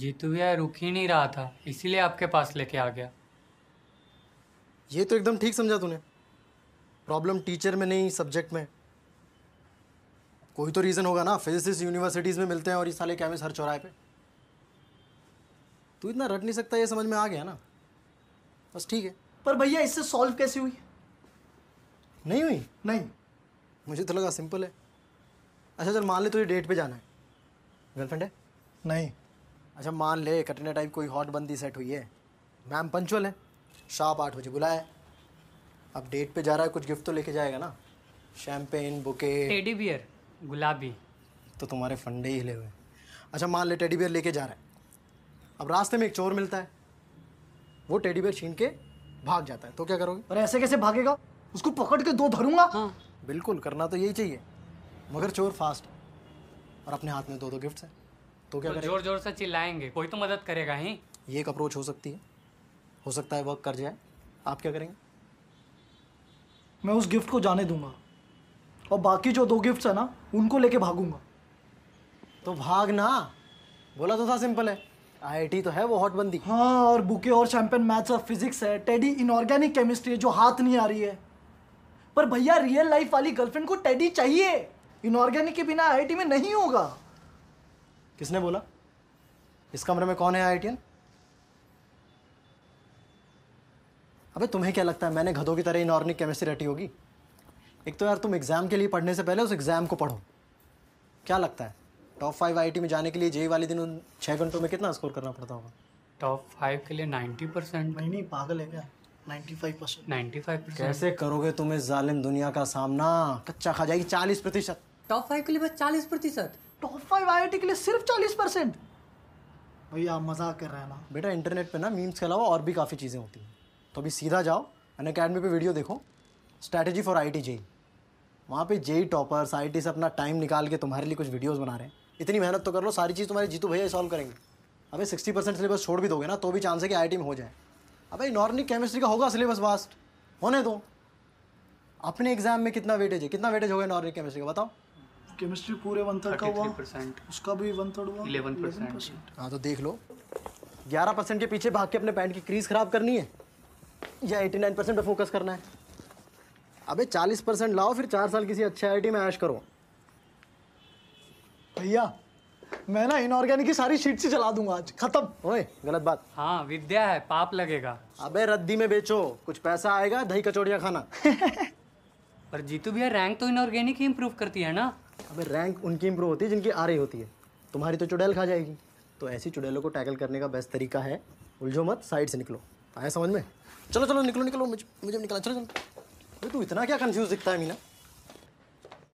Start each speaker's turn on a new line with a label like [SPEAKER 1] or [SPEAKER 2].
[SPEAKER 1] जीतू भैया रुक ही नहीं रहा था इसीलिए आपके पास लेके आ गया
[SPEAKER 2] ये तो एकदम ठीक समझा तूने प्रॉब्लम टीचर में नहीं सब्जेक्ट में है। कोई तो रीज़न होगा ना फिजिसिस्ट यूनिवर्सिटीज़ में मिलते हैं और ये साले कैमिस्ट हर चौराहे पे तू इतना रट नहीं सकता ये समझ में आ गया ना बस ठीक है
[SPEAKER 3] पर भैया इससे सॉल्व कैसे हुई
[SPEAKER 2] नहीं हुई
[SPEAKER 3] नहीं
[SPEAKER 2] मुझे तो लगा सिंपल है अच्छा चल मान ले तुझे डेट पे जाना है गर्लफ्रेंड है
[SPEAKER 3] नहीं
[SPEAKER 2] अच्छा मान ले कटरीना टाइप कोई हॉट बंदी सेट हुई है मैम पंचुअल है शार्प आठ बजे बुलाया है अब डेट पे जा रहा है कुछ गिफ्ट तो लेके जाएगा ना शैम्पेन बुके
[SPEAKER 1] टेडी बियर गुलाबी
[SPEAKER 2] तो तुम्हारे फंडे ही हिले हुए हैं। अच्छा मान ले टेडी बियर लेके जा रहा है अब रास्ते में एक चोर मिलता है वो टेडी बियर छीन के भाग जाता है तो क्या करोगे
[SPEAKER 3] पर ऐसे कैसे भागेगा उसको पकड़ के दो धरूंगा
[SPEAKER 2] बिल्कुल करना तो यही चाहिए मगर चोर फास्ट है और अपने हाथ में दो दो गिफ्ट्स हैं तो क्या
[SPEAKER 1] तो
[SPEAKER 2] करेगा
[SPEAKER 1] जोर जोर से चिल्लाएंगे कोई तो मदद करेगा ही
[SPEAKER 2] ये एक अप्रोच हो सकती है हो सकता है वर्क कर जाए आप क्या करेंगे
[SPEAKER 3] मैं उस गिफ्ट को जाने दूंगा और बाकी जो दो गिफ्ट्स है ना उनको लेके भागूंगा
[SPEAKER 2] तो भागना बोला तो था सिंपल है आईआईटी तो है वो हॉट बंदी
[SPEAKER 3] हाँ और बुके और शैम्पेन मैथ्स और फिजिक्स है टेडी इनऑर्गेनिक केमिस्ट्री है जो हाथ नहीं आ रही है पर भैया रियल लाइफ वाली गर्लफ्रेंड को टेडी चाहिए इनऑर्गेनिक के बिना आईआईटी में नहीं होगा
[SPEAKER 2] किसने बोला इस कमरे में कौन है आईआईटीएन अबे तुम्हें क्या लगता है मैंने गधों की तरह इनऑर्गेनिक केमिस्ट्री रटी होगी एक तो यार तुम एग्जाम के लिए पढ़ने से पहले उस एग्जाम को पढ़ो क्या लगता है टॉप फाइव आईआईटी में जाने के लिए जेई वाले दिन उन छः घंटों में कितना स्कोर करना पड़ता होगा
[SPEAKER 1] टॉप फाइव के लिए नाइन्टी परसेंट
[SPEAKER 3] नहीं नहीं पागल है क्या ninety five percent
[SPEAKER 1] ninety five percent
[SPEAKER 2] कैसे करोगे तुम इस जालिम दुनिया का सामना कच्चा खा जाएगी चालीस प्रतिशत
[SPEAKER 1] टॉप फाइव के लिए बस चालीस प्रतिशत
[SPEAKER 3] टॉप फाइव आईआईटी के लिए सिर्फ चालीस परसेंट भैया मजाक कर रहे हैं ना
[SPEAKER 2] हाँ। बेटा इंटरनेट पे ना मीम्स के अलावा और भी काफ़ी चीज़ें होती हैं तो अभी सीधा जाओ अन अकेडमी पर वीडियो देखो strategy for I T JEE वहाँ पे जेई टॉपर्स आई टी से अपना टाइम निकाल के तुम्हारे लिए कुछ वीडियोस बना रहे हैं इतनी मेहनत तो कर लो सारी चीज़ तुम्हारे जीतू भैया सॉल्व करेंगे अबे सिक्सटी परसेंट सिलेबस छोड़ भी दोगे ना तो भी चांस है कि आई में हो जाए अबे नॉर्निक केमिस्ट्री का होगा सिलेबस वास्ट होने दो अपने एग्जाम में कितना वेटेज है कितना वेटेज होगा नॉर्निक केमिस्ट्री का बताओ
[SPEAKER 3] केमिस्ट्री पूरे वन थर्ड का हुआ उसका भी वन थर्ड हुआ 11%.
[SPEAKER 1] 11%.
[SPEAKER 2] हाँ तो देख लो ग्यारह परसेंट के पीछे भाग के अपने पैंट की क्रीज खराब करनी है या एटी नाइन परसेंट पर फोकस करना है अबे चालीस परसेंट लाओ फिर चार साल किसी अच्छे आई में ऐश करो
[SPEAKER 3] भैया मैं ना इनऑर्गेनिक की सारी शीट से चला दूंगा आज खत्म
[SPEAKER 2] ओए गलत बात
[SPEAKER 1] हाँ विद्या है पाप लगेगा
[SPEAKER 2] अबे रद्दी में बेचो कुछ पैसा आएगा दही कचौड़ियाँ खाना
[SPEAKER 1] पर जीतू भैया रैंक तो इनऑर्गेनिक ही इम्प्रूव करती है ना
[SPEAKER 2] अबे रैंक उनकी इंप्रूव होती है जिनकी आ रही होती है तुम्हारी तो चुड़ैल खा जाएगी तो ऐसी चुड़ैलों को टैकल करने का बेस्ट तरीका है उलझो मत साइड से निकलो आया समझ में चलो चलो निकलो निकलो मुझे मुझे निकला चलो चलो अबे तू इतना क्या कंफ्यूज दिखता है मीना